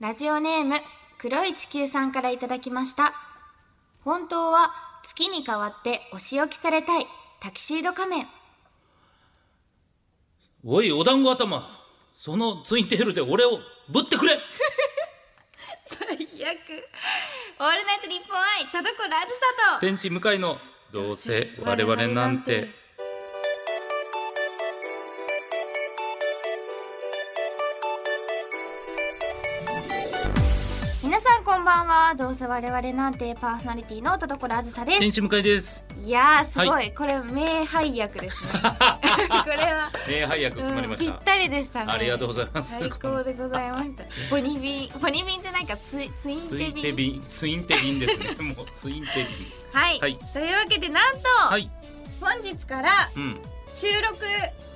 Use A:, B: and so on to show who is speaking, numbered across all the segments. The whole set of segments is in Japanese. A: ラジオネーム、黒い地球さんからいただきました。本当は月に代わってお仕置きされたいタキシード仮面。
B: おい、お団子頭。そのツインテールで俺をぶってくれ
A: 最悪。オールナイト日本愛、田所あずさと。
B: 天使向かいの、どうせ我々なんて。
A: 皆さんこんばんは。どうせ我々なんてパーソナリティの田所あずさです。
B: 天使向かいです。
A: いやーすごい、
B: は
A: これ名配役 ですねこれは、
B: ね配役
A: うん
B: 決まりまし
A: ぴ
B: た。
A: ったりでしたね
B: ありがとうございます。
A: 最高でございましたポニビンポニビンじゃないかツイツイン
B: ツ
A: テ
B: イン
A: ビン
B: テビン、ツインテビンですね。もうツインテビン。
A: はい、
B: はい
A: というわけでなんと、
B: はい、
A: 本日から
B: うん。
A: 収録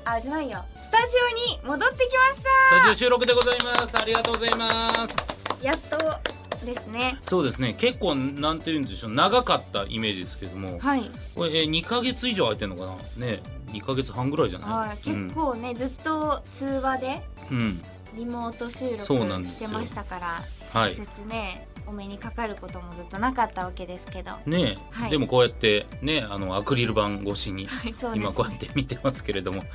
A: あじゃないよスタジオに戻ってきまし
B: スタジオ収録でございます。ありがとうございます。
A: たやっとですね
B: そうですね。結構なんていうんでしょう、長かったイメージですけども、
A: はい、
B: これえー2ヶ月以上空いてるのかな。ね、2ヶ月半ぐらいじゃない。
A: はい、結構ね、ずっと通話で
B: うん。うん。
A: リモート収録
B: そうなんです
A: して
B: よ
A: ましたから
B: は
A: 直
B: い。
A: 接ね、お目にかかることもずっとなかったわけですけど
B: ねえ、
A: はい
B: でもこうやってねあのアクリル板越しに
A: はいそうですね
B: 今こうやって見てますけれ ども、ね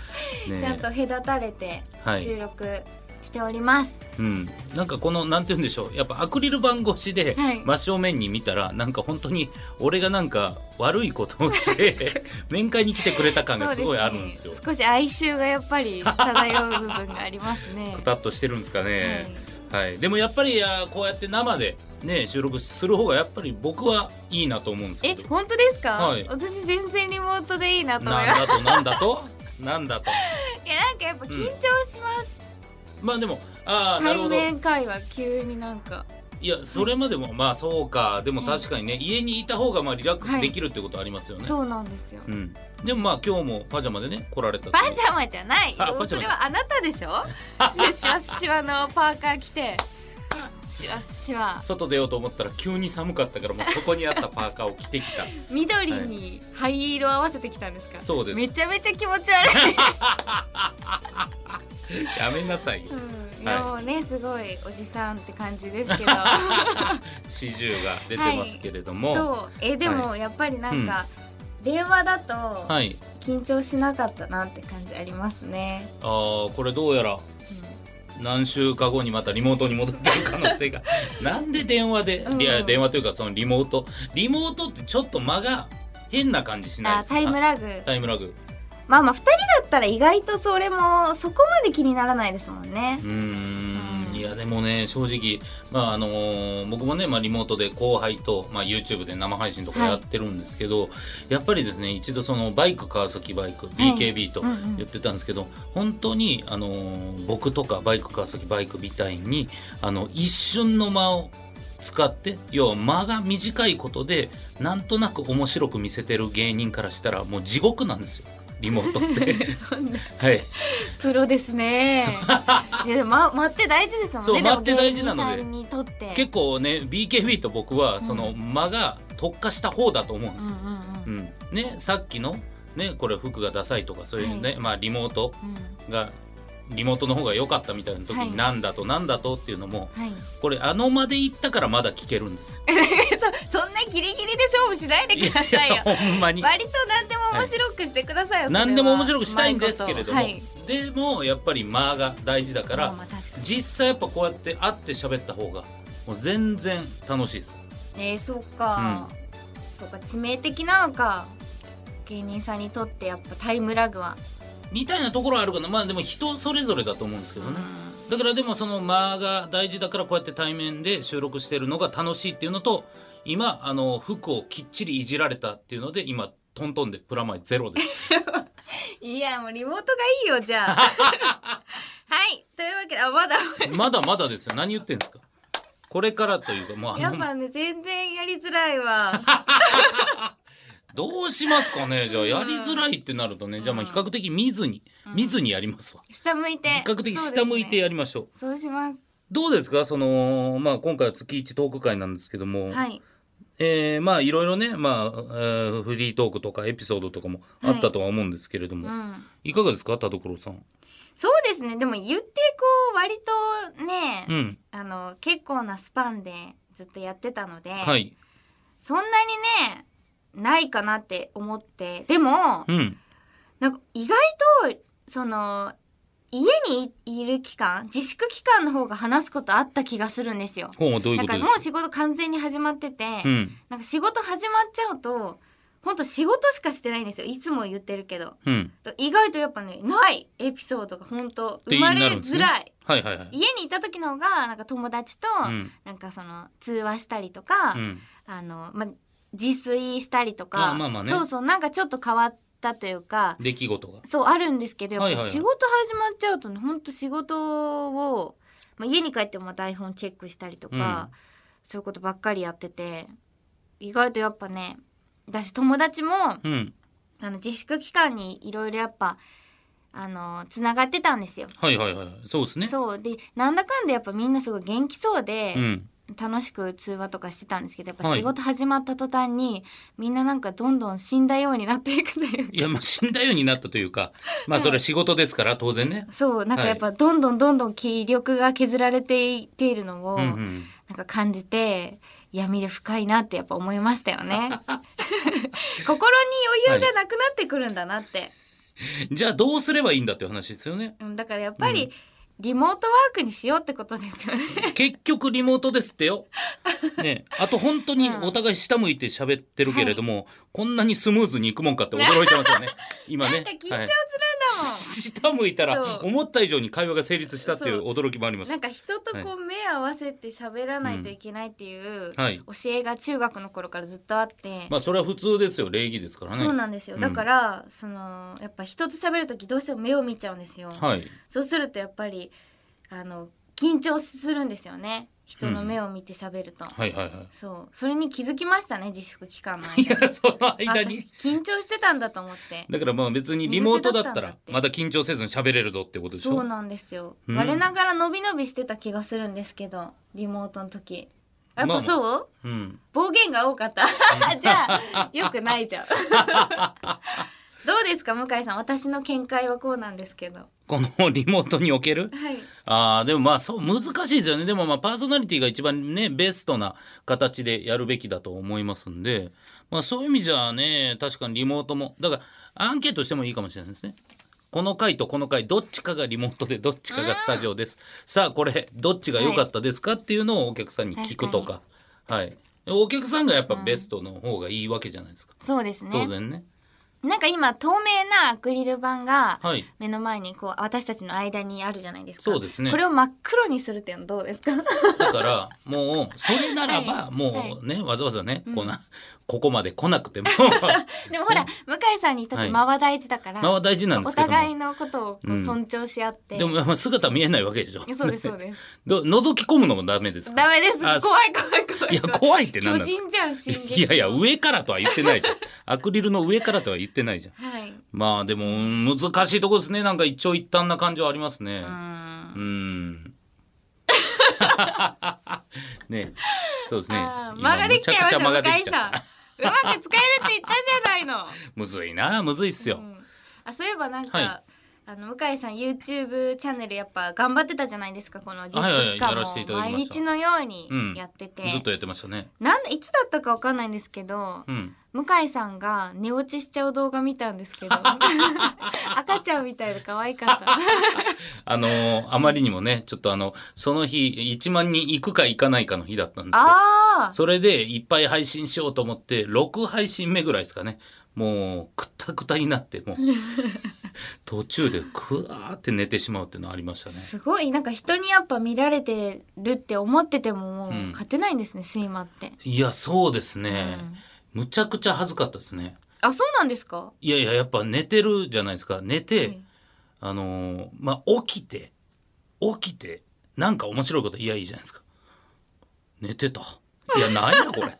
B: え
A: ちゃんと隔たれて
B: はい、
A: 収録しております。
B: うん、なんかこのなんて言うんでしょうやっぱアクリル板越しで
A: はい
B: 真正面に見たらなんか本当に俺がなんか悪いことをして 面会に来てくれた感がすごいあるんですよ。
A: そうね少し哀愁がやっぱり漂う部分があります ね
B: く。たっとしてるんですかね、
A: はい
B: はいでもやっぱりいやこうやって生で、ね、収録する方がやっぱり僕はいいなと思うんですけ
A: え
B: ど
A: 本当ですか、
B: はい
A: 私全然リモートでいいなと思います
B: なんだとなんだとなんだと
A: いやなんかやっぱ緊張します、
B: まあでもああなるほ
A: 対
B: ど
A: 面会話急になんか
B: いやそれまでも、まあそうかでも
A: はい
B: 確かにね、家にいた方がまあリラックスできるってことありますよね、
A: そうなんですよ
B: うん、でもまあ今日もパジャマでね来られたと
A: パジャマじゃない
B: あ
A: よ
B: パジ
A: そ
B: ャマ
A: れはあなたでしょししわしわのパーカー着てしわしわ
B: 外出ようと思ったら急に寒かったからもうそこにあったパーカーを着てき た
A: 緑に灰色合わせてきたんですか、
B: そうです
A: めちゃめちゃ気持ち悪い、
B: やめなさいよ
A: うん、い
B: はい
A: やもうねすごいおじさんって感じです けど
B: 四十が出てますけれども、は
A: そうえでもやっぱりなんか、電話だと
B: い、
A: 緊張しなかったなって感じありますね、
B: あーこれどうやら何週か後にまたリモートに戻ってる可能性が なんで電話で、
A: うん
B: いや電話というかそのリモートリモートってちょっと間が変な感じし
A: うん
B: ないで
A: あ
B: すか
A: タイムラグ
B: タイムラグ
A: まあまあ2人だったら意外とそれもそこまで気にならないですもんね
B: うーんいやでもね正直、まああのー僕もね、まあ、リモートで後輩と、まあ、YouTube で生配信とか
A: はい
B: やってるんですけど、やっぱりですね一度そのバイク川崎バイク BKB と
A: うんうん
B: 言ってたんですけど、本当に、あのー僕とかバイク川崎バイクみたいにあの一瞬の間を使って要は間が短いことでなんとなく面白く見せてる芸人からしたらもう地獄なんですよリモートっ て。
A: そんな
B: はい
A: プロですねいやでも、ま、待って大事ですもんね
B: そう
A: でも
B: 待って大事なので
A: 芸人さんにとって
B: 結構ね BKB と僕は
A: うん
B: その間が特化した方だと思うんで
A: うん
B: す
A: う
B: よ。
A: んうん
B: うんねさっきの、ね、これ服がダサいとかそういうね、
A: はい
B: まあ、リモート
A: うん
B: がリモートの方が良かったみたいな時
A: はい
B: になんだとなんだとっていうのも
A: はい
B: これあの間で行ったからまだ聞けるんですよ。
A: そそんなギリギリで勝負しないでくださいよ。
B: ほんまに
A: 割と何でも面白くしてくださいよ。それは
B: 何でも面白くしたいんですけれども、
A: うまいこ
B: でもやっぱり間が大事だか
A: とはい、
B: ら
A: まあまあ確か
B: 実際やっぱこうやって会って喋った方がもう全然楽しいです。
A: に。えー、そうか、そうか致命的なのか芸人さんにとってやっぱタイムラグは。
B: みたいなところはあるかなまあでも人それぞれだと思うんですけどね。だからでもその間が大事だからこうやって対面で収録してるのが楽しいっていうのと今あの服をきっちりいじられたっていうので今トントンでプラマイゼロです
A: いやもうリモートがいいよじゃ あ。はいというわけであまだ
B: まだまだですよ何言ってんですかこれからというかもう
A: や
B: あ
A: っ
B: の
A: ぱね全然やりづらい わ。
B: どうしますかねじゃあやりづらいってなるとねじゃあまあ比較的見ずに見ずにやりますわ
A: 下向いて。
B: 比較的下向いてやりましょう
A: そうですね。そうします。
B: どうですかそのまあ今回は月一トーク会なんですけども
A: はい。
B: えーまあいろいろね、まあえーフリートークとかエピソードとかもあったとは思うんですけれども、
A: うん。
B: い、かがですか田所さん。
A: そうですね。でも言ってこう割とね。
B: うん、
A: ああの結構なスパンでずっとやってたので、
B: はい。
A: そんなにねないかなって思ってでも
B: うん。
A: なんか意外とその家にいる期間自粛期間の方が話すことあった気がするんですよ。
B: ほう、どういう
A: な
B: こ
A: ん
B: と
A: か
B: で
A: もう
B: す
A: 仕事完全に始まってて、
B: かうん。
A: なんか仕事始まっちゃうと本当仕事しかしてないんですよいつも言ってるけど
B: うん。
A: と意外とやっぱねないエピソードが本当
B: て
A: 生まれ
B: なるんです
A: づ
B: ね
A: らい、
B: はいはいはい。
A: 家にいた時の方がなんか友達と、
B: うん。
A: なんかその通話したりとか、
B: うん。
A: あのま、自炊したりとか
B: あまあまあね
A: そうそうなんかちょっと変わったというか
B: 出来事が。
A: そうあるんですけどやっぱ
B: はいはいはい
A: 仕事始まっちゃうとねほんと仕事を、まあ、家に帰っても台本チェックしたりとか、そういうことばっかりやってて意外とやっぱねだし友達も
B: うん。
A: あの自粛期間にいろいろやっぱあのつながってたんですよ。
B: はいはいはい。そうですね。
A: そうでなんだかんだやっぱみんなすごい元気そうで、
B: うん。
A: 楽しく通話とかしてたんですけどやっぱ
B: はい
A: 仕事始まった途端に、みんななんかどんどん死んだようになっていくというか
B: いや、まあ、死んだようになったというか、まあ、それは仕事ですから、当然ね。
A: そうなんか
B: はい
A: やっぱどんどんどんどん気力が削られていっているのを
B: う
A: なん
B: うんん。
A: か感じて闇で深いなってやっぱ思いましたよ ね 心に余裕がなくなってくるんだなって、
B: じゃあ、どうすればいいんだっていう話ですよね。
A: うんだからやっぱり、
B: う
A: リモートワークにしようってことですよね
B: 結局リモートですっ てよ。ね、あと本当に
A: うん
B: お互い下向いて喋ってるけれども、こんなにスムーズにいくもんかって驚いてま すよね。今ね。
A: なんか緊張するんだもん
B: はい下向いた
A: そ
B: ら
A: う
B: 思った以上に会話が成立したっていう驚きもあります
A: なん。か人とこう目合わせて喋らないといけないっていう
B: はい。
A: 教えが中学の頃からずっとあって、
B: まあそれは普通ですよ。礼儀ですからね。
A: そうなんですよ、
B: うん
A: だからそのやっぱ人と喋る時どうしても目を見ちゃうんですよ、
B: はい。
A: そうするとやっぱりあの緊張するんですよね人の目を見て喋ると、
B: はいはいは
A: そうそれに気づきましたね自粛期間の
B: い。い
A: 間に
B: や、その
A: あ
B: 間
A: 私
B: に。
A: 緊張してたんだと思って
B: だからまあ別にリモートだった
A: 苦手だったんだ
B: ら
A: って
B: まだ緊張せずに喋れるぞってことでしょ
A: そうなんですよ、
B: うん
A: 我ながら伸び伸びしてた気がするんですけどリモートの時やっ
B: まあ
A: ぱそう、
B: うん、
A: 暴言が多か ったじゃあよくないじゃん どうですか向井さん私の見解はこうなんですけど
B: このリモートにおける
A: はい
B: あーでもまあそう難しいですよねでもまあパーソナリティが一番ねベストな形でやるべきだと思いますんで、まあ、そういう意味じゃあね確かにリモートもだからアンケートしてもいいかもしれないですね。この回とこの回どっちかがリモートでどっちかがスタジオです、さあこれどっちが良かったですかっていうのをお客さんに聞くとか,、はい、お客さんがやっぱベストの方がいいわけじゃないですか、
A: そうですね
B: 当然ね。
A: なんか今透明なアクリル板が
B: はい
A: 目の前にこう私たちの間にあるじゃないですか。
B: そうですね
A: これを真っ黒にするっていうのどうですか。
B: だからもうそれならば
A: はい
B: もうね、わざわざね、こんなここまで来なく ても
A: でもほら、向井さんにとって間は大事だから、
B: 間は大事なんで
A: お
B: すけども
A: 互いのことをこう
B: うん
A: 尊重し合って。
B: でもまあ姿見えないわけでしょ
A: そう ですそうです。
B: ど覗き込むのもダメですか
A: ダメです。怖
B: あ
A: い怖い怖い。
B: いや怖いって
A: 巨
B: 何なんですか
A: 人じゃん進撃。
B: いやいや上からとは言ってないじゃんアクリルの上からとは言ってないじゃん
A: はい。う
B: まあでもうん難しいとこですねなんか一長一短な感じはありますね
A: ーん。
B: うん ねそうですね
A: あー間ができちゃいました向
B: 今むちゃくちゃ間がで
A: 井
B: きちゃ
A: さん
B: った。
A: うまく使えるって言ったじゃないの。
B: むずいなむずいっすよ、
A: うんあそういえばなんか、
B: はい
A: あの向井さん YouTube チャンネルやっぱ頑張ってたじゃないですかこの自
B: はいはい
A: 粛
B: はい
A: 期間
B: や
A: も
B: らせていただき
A: 毎
B: ました
A: 日のように
B: うん
A: やってて、
B: ずっとやってましたね
A: なんでいつだったかわかんないんですけど、
B: うん
A: 向井さんが寝落ちしちゃう動画見たんですけ ど赤ちゃんみたいで可愛かった
B: あのーあまりにもねちょっとあのその日1万人行くか行かないかの日だったんですよ
A: あー
B: それでいっぱい配信しようと思って6配信目ぐらいですかねもうくたくたになって もう途中でくわーって寝てしまうっていうのありました ね
A: すごいなんか人にやっぱ見られてるって思っててももううん勝てないんですね、睡魔って
B: いやそうですね、むちゃくちゃ恥ずかったですね
A: あそうなんですか、
B: いやいややっぱ寝てるじゃないですか寝て、
A: はい
B: あのーまあ起きて起きてなんか面白いこといやいいじゃないですか寝てたいやなんやこれ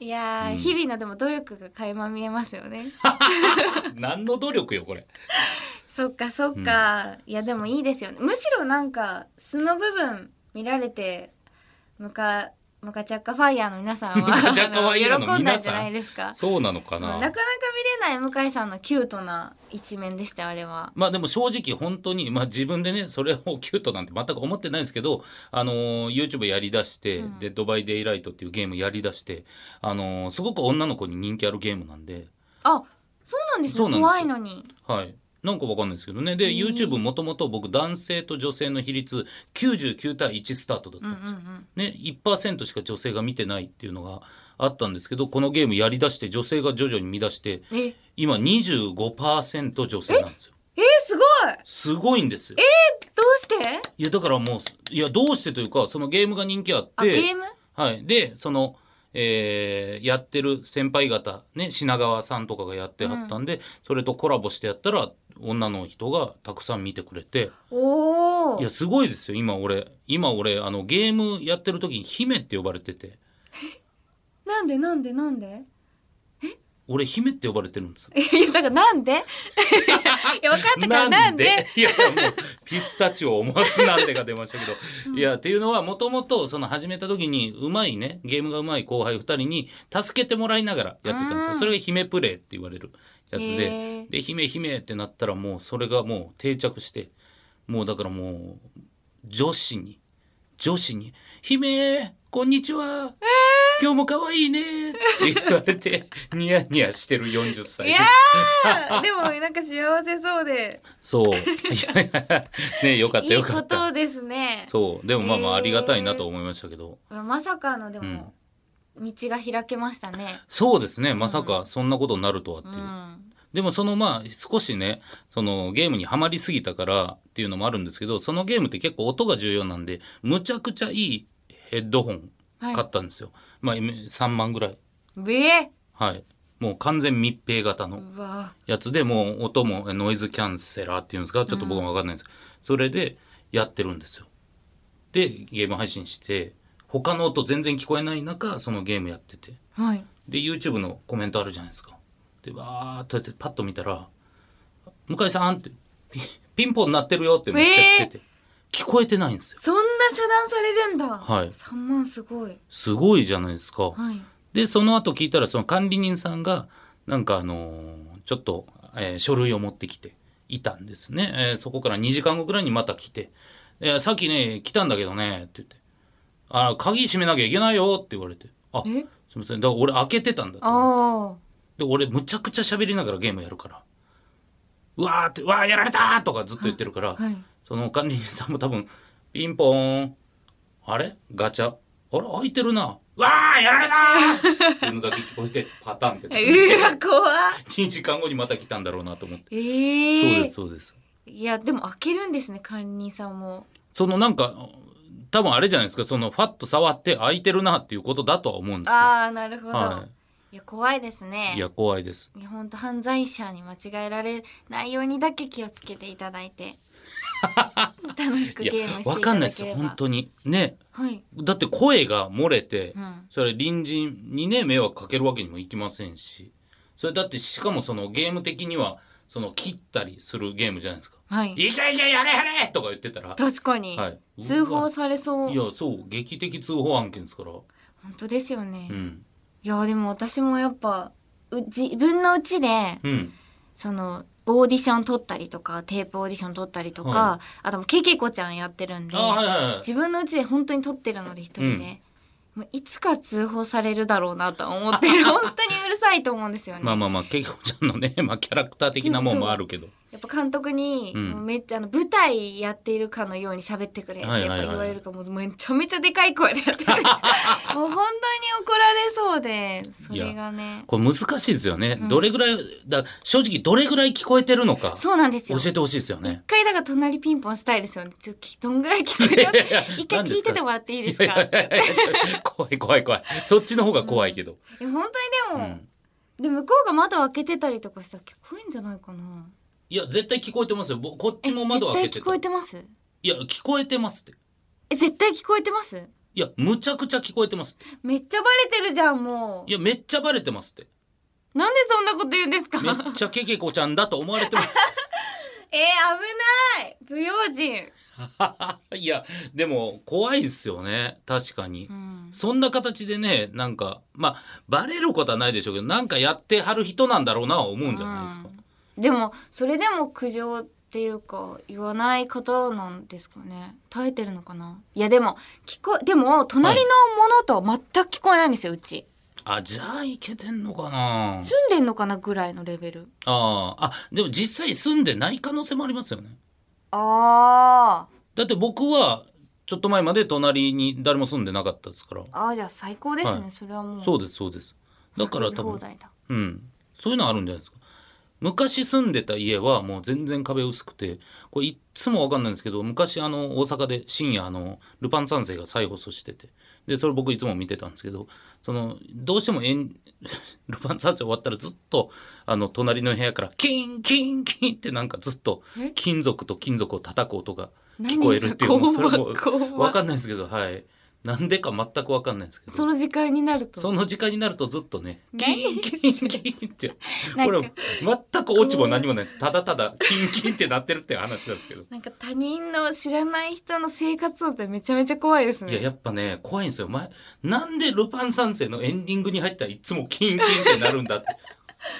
A: いやー、日々のでも努力が垣間見えますよね
B: 何の努力よこれ
A: そっかそっか、いやでもいいですよねむしろなんか素の部分見られて向かムカチャッカファイヤーの皆さんは
B: ムカチャッカファイヤーの
A: あ
B: 皆さん
A: 喜んだんじゃないですか
B: そうなのか
A: まあ
B: な。
A: なかなか見れない向井さんのキュートな一面でしたよあれは
B: まあでも正直本当に、まあ、自分でねそれをキュートなんて全く思ってないんですけど、あのー YouTube やりだして、
A: うん
B: で「ドバイ・デイ・ライト」っていうゲームやりだして、あのーすごく女の子に人気あるゲームなんで、
A: あそうなんです
B: そう
A: ね
B: なん
A: 怖
B: ですよ
A: いのに
B: はい、なんかわかんないですけどねで
A: へー
B: YouTube もともと僕男性と女性の比率99対1スタートだった
A: うんうんん
B: ですよ。
A: うん
B: ね、1%しか女性が見てないっていうのがあったんですけどこのゲームやりだして女性が徐々に見出して
A: ええ
B: 今25%女性なんですよ。
A: ーすごい
B: すごいんですよ。
A: どうして
B: いやだからもういやどうしてというかそのゲームが人気あっ
A: あゲ
B: て
A: ーム
B: はい、でその、えーやってる先輩方、ね、品川さんとかがやってはったんで、それとコラボしてやったら女の人がたくさん見てくれて
A: おお
B: いやすごいですよ今俺今俺あのゲームやってる時に姫って呼ばれてて
A: なんでなんでなんで
B: 俺姫って呼ばれてるんですよ。
A: いやだからなんで いや分かったからなんで
B: いやもうピスタチオを思わずなんでが出ましたけど、いやっていうのはもともとその始めた時にうまいねゲームがうまい後輩2人に助けてもらいながらやってたんですよ
A: うん
B: それが姫プレイって言われるやつ
A: へ
B: で
A: ー
B: で姫姫ってなったらもうそれがもう定着してもうだからもう女子に女子に「姫こんにちは、今日も可愛いね」って言われてニヤニヤしてる40歳
A: い
B: で
A: や
B: す。
A: ーでもなんか幸せそうで
B: そう。いやいや ねよかった
A: い
B: よ
A: い
B: か
A: こ
B: った。
A: とですね
B: そう。でもまあま
A: へ
B: あ
A: ー
B: ありがたいなと思いましたけど。
A: まさかのでも、道が開けましたね
B: そうですね。まさかそんなことになるとはっていうう。
A: ん
B: でもそのまあ少しね、そのゲームにはまりすぎたからっていうのもあるんですけど、そのゲームって結構音が重要なんで、むちゃくちゃいいヘッドホン
A: はい
B: 買ったんですよ。まあ今3万ぐらい。
A: え
B: はい。もう完全密閉型の。
A: うわ
B: やつでもう音もえノイズキャンセラーっていうんですかちょっと僕も分かんないんですけど、それでやってるんですよでゲーム配信して他の音全然聞こえない中そのゲームやってて
A: はい
B: で YouTube のコメントあるじゃないですかでわーっとやってパッと見たら「向井さん」ってピ ピンポン鳴ってるよってめっちゃ言ってて、聞こえてないんですよ
A: そんな遮断されるんだ。
B: はい
A: 3万すごい。
B: すごいじゃないですか、
A: はい。
B: でその後聞いたらその管理人さんがなんかあのーちょっと、えー書類を持ってきていたんですね、えーそこから2時間後ぐらいにまた来て「いやさっきね来たんだけどね」って言って「あ鍵閉めなきゃいけないよ」って言われて「あ
A: え
B: すいませんだから俺開けてたんだと思う」
A: あ
B: で俺むちゃくちゃ喋りながらゲームやるから「うわ」って「うわーやられた!」とかずっと言ってるから、
A: あ。はい。
B: その管理人さんも多分ピンポーンあれガチャあれ開いてるなわあやられたーっていうのだけ聞こえてパターンって
A: うわ、怖 っ
B: 2時間後にまた来たんだろうなと思って、
A: え
B: そう
A: ー、
B: ですそうです
A: いや、でも開けるんですね、管理人さんも。
B: そのなんか多分あれじゃないですかそのファッと触って開いてるなっていうことだとは思うんですけ
A: ああ、なるほど。、
B: ど、はい
A: や、怖いですね。
B: い、いや怖いです
A: いや。本当犯罪者に間違えられないようにだけ気をつけていただい て楽しく
B: い
A: ゲ
B: や
A: ームしていただければ
B: わかんないですよ本当にね
A: はい、
B: だって声が漏れて、
A: うん、
B: それ隣人にね迷惑かけるわけにもいきませんしそれだってしかもそのゲーム的にはその切ったりするゲームじゃないですか
A: はい
B: 「いけいけやれやれ!」とか言ってたら、
A: 確かに、
B: はい、
A: 通報
B: う
A: されそ
B: わ
A: う
B: いやそう劇的通報案件ですから
A: 本当ですよね、
B: うん
A: いやでも私もやっぱう自分のうちで
B: うん
A: そのオーディション取ったりとかテープオーディション取ったりとか、
B: は
A: あともうけけこちゃんやってるんで、
B: あはいはいはい
A: 自分のうちで本当に取ってるので一人で、
B: うん
A: もういつか通報されるだろうなとは思って る本当にうるさいと思うんですよね。
B: まあまあまあけいこちゃんのね、まあ、キャラクター的なもんもあるけど
A: やっぱ監督に、
B: うん
A: もうめっちゃあの舞台やっているかのように喋ってくれって
B: はい
A: やっ
B: はいはい
A: ぱ言われるから、もうめちゃめちゃでかい声でやってるんですよ もう本当に怒られそうでそれがね
B: これ難しいですよね、
A: うん
B: どれぐらいだ正直どれぐらい聞こえてるのか
A: そうなんです
B: 教
A: よ。
B: えてほしいですよね
A: 一回だから隣ピンポンしたいですよね。ちょっとどんぐらい聞くよ
B: いやいや。
A: 一回聞いててもらっていいですか。いや
B: いやいやいや怖い怖い怖いそっちの方が怖いけど、
A: 本当
B: う
A: にでも、
B: ん、
A: で向こうが窓開けてたりとかしたら聞こえんじゃないかな。
B: いや絶対聞こえてますよぼこっ
A: え
B: ちも窓開けて
A: 絶対聞
B: た
A: こえてます。
B: いや聞こえてますって
A: え絶対聞こえてます。
B: いやむちゃくちゃ聞こえてますって
A: めっちゃバレてるじゃんも
B: いやめっちゃバレ てますって
A: う。なんでそんなこと言うんですか。
B: めっちゃけけこちゃんだと思われてます
A: えー、危ない不用心、
B: いやでも怖いですよね確かに、
A: うん、
B: そんな形でねなんかまあバレることはないでしょうけどなんかやってはる人なんだろうなは思うんじゃないです
A: う
B: か、
A: んでもそれでも苦情っていうか言わない方なんですかね耐えてるのかないやでも聞こでも隣のものとは全く聞こえないんですようち
B: あじゃあいけてんのかな
A: 住んでんのかなぐらいのレベル
B: あーあでも実際住んでない可能性もありますよね
A: あー
B: だって僕はちょっと前まで隣に誰も住んでなかったですから
A: あーじゃあ最高ですね、
B: はい
A: それはもう
B: そうですそうですだから多
A: 叫び放
B: 分
A: 題だ
B: うん、そういうのあるんじゃないですか昔住んでた家はもう全然壁薄くてこれいっつも分かんないんですけど昔あの大阪で深夜あのルパン三世が再放送しててでそれ僕いつも見てたんですけどそのどうしてもエン ルパン三世終わったらずっとあの隣の部屋からキンキンキンってなんかずっと
A: え
B: 金属と金属を叩く音が聞こえるっていうもう
A: 何
B: そ
A: そ
B: れ
A: れ
B: も
A: 怖っ怖っ
B: 分かんないですけどはいなんでか全く分かんないですけど
A: その時間になると
B: その時間になるとずっとね、キン
A: 何
B: キンキンって、
A: なん
B: こ
A: か
B: れ全く落ちも何もないです。ただただキンキンってなってるっていう話なんですけど。
A: なんか他人の知らない人の生活音ってめちゃめちゃ怖いですね
B: いや、やっぱね、怖いんですよ。前、なんでルパン三世のエンディングに入ったらいつもキンキンってなるんだっ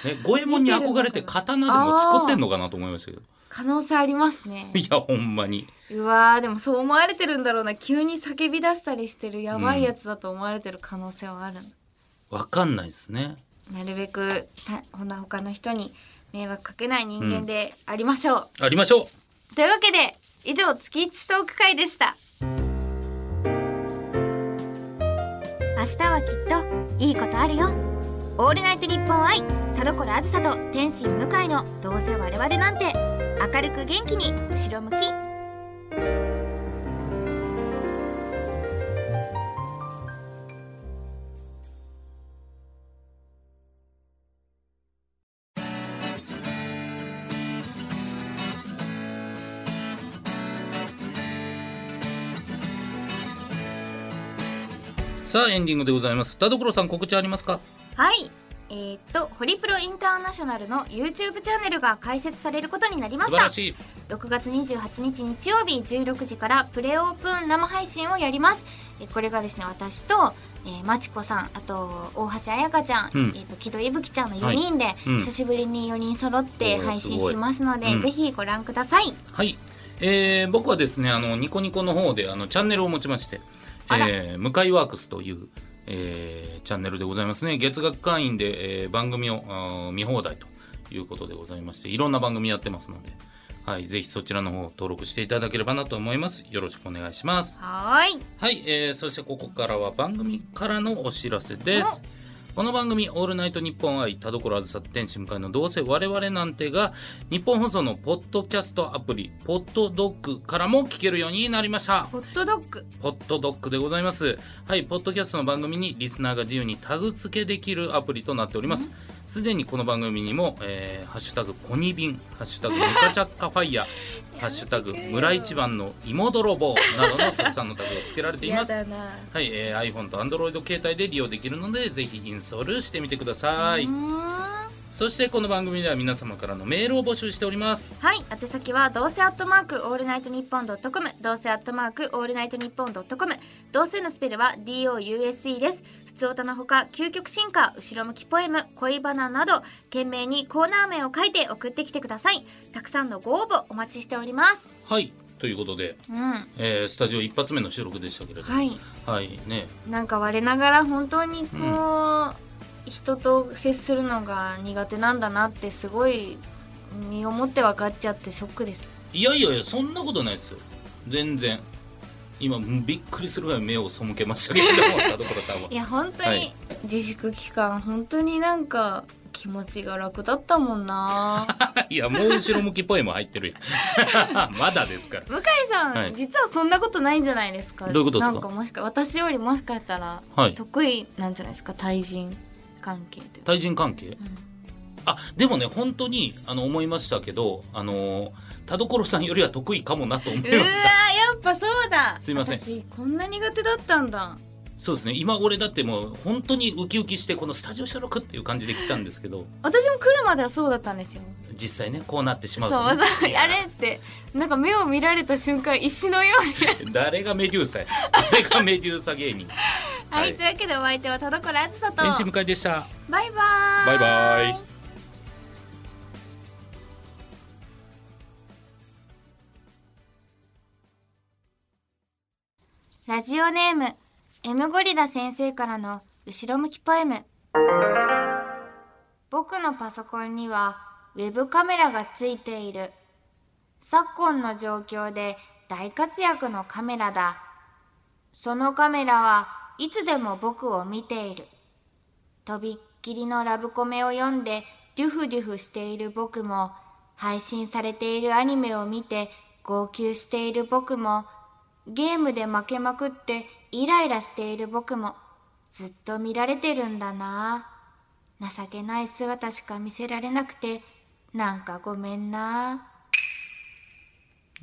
B: て。ね、五右衛門に憧れて刀でも作ってんのかなと思いましたけど。
A: 可能性ありますね
B: いや、ほんまに。
A: うわーでもそう思われてるんだろうな急に叫び出したりしてるやばいやつだと思われてる可能性はある、
B: わかんないですね。
A: なるべくたほな他の人に迷惑かけない人間でありましょう、
B: ありましょ
A: というわけで以上月一トーク会でした明日はきっといいことあるよオールナイトニッポン愛田所あずさと天心向井のどうせ我々なんて明るく元気に後ろ向き
B: う。さあ、エンディングでございます。田所さん告知ありますか
A: はい。えーっと、ホリプロインターナショナルの YouTube チャンネルが開設されることになりまし
B: 素晴ら
A: た。
B: しい。
A: 6月28日日曜日16時からプレオープン生配信をやります。えーこれがですね、私と、えー、まちこさん、あと、大橋彩香ちゃん、
B: うん
A: えーっと、木戸いぶきちゃんの4人で、
B: うん
A: 久しぶりに4人揃って
B: おー
A: 配信
B: すごい
A: しますので、
B: うん
A: ぜひご覧ください。
B: はい、えー僕はですねあのニコニコの方であのチャンネルを持ちまして「
A: あら
B: えー向井ワークス」という、えーチャンネルでございますね月額会員で、えー番組をあー見放題ということでございましていろんな番組やってますので、はい、ぜひそちらの方登録していただければなと思いますよろしくお願いします
A: はーい。
B: はい、えーそしてここからは番組からのお知らせです。この番組「オールナイトニッポン愛田所あずさ天使向かいのどうせ我々なんて」が日本放送のポッドキャストアプリ「ポッドドッグ」からも聞けるようになりました。
A: ホットドッグ。
B: ポッドドッグでございます。はい、ポッドキャストの番組にリスナーが自由にタグ付けできるアプリとなっております。すでにこの番組にも、えーハッシュタグポニビン、ハッシュタグムカチャッカファイヤー、ハッシュタグ村一番の芋泥棒などのたくさんのタグが付けられています。
A: やだな。
B: はい、えー iPhone と Android 携帯で利用できるのでぜひインストールしてみてください、
A: うーん
B: そしてこの番組では皆様からのメールを募集しております
A: はい、宛先はどうせアットマークオールナイトニッポンドットコム、どうせアットマークオールナイトニッポンドットコム、どうせのスペルは D O U S E です。普通歌のほか究極進化、後ろ向きポエム、恋バナなど懸命にコーナー名を書いて送ってきてください。たくさんのご応募お待ちしております。
B: はいということで、
A: うん、は
B: えースタジオ一発目の収録でしたけれども
A: い、
B: はい、ね
A: なんか我ながら本当にこう、人と接するのが苦手なんだなってすごい身をもって分かっちゃってショックです。
B: いやいやいやそんなことないですよ全然今びっくりするぐらい目を背けましたけれども田所さん はい
A: や本当に、
B: はい
A: 自粛期間本当になんか気持ちが楽だったもん な
B: いやもう後ろ向きポエム入ってるやん まだですから
A: 向井さん、
B: はい
A: 実はそんなことないんじゃないですか
B: どういうことですか
A: なんかもしか私よりもしかしたら
B: はい
A: 得意なんじゃないですか対人関係 というか
B: 対人関係、あでもね本当にあの思いましたけどあの田所さんよりは得意かもなと思いうま
A: んうわー
B: し
A: やっぱそうだ
B: すいません
A: 私こんな苦手だったんだ
B: たそうですね今俺だってもう本当にウキウキしてこのスタジオ収録っていう感じで来たんですけど
A: 私も来るまではそうだったんですよ
B: 実際ねこうなってし
A: そ
B: ま
A: う
B: う
A: そう
B: と、ね、
A: あれってなんか目を見られた瞬間石のように
B: 誰がメデューサや誰がメデューサ芸人
A: はい、
B: はい
A: というわけでお相手は田所あずさと
B: ベンチ迎えでした
A: バイバー
B: バイバイ
A: ラジオネーム M ゴリラ先生からの後ろ向きポエム僕のパソコンにはウェブカメラがついている昨今の状況で大活躍のカメラだそのカメラはいつでも僕を見ているとびっきりのラブコメを読んでデュフデュフしている僕も配信されているアニメを見て号泣している僕もゲームで負けまくってイライラしている僕もずっと見られてるんだな情けない姿しか見せられなくてなんかごめんな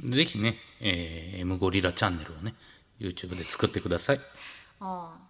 B: ぜひね、えー、M ゴリラチャンネルをね YouTube で作ってください
A: ああ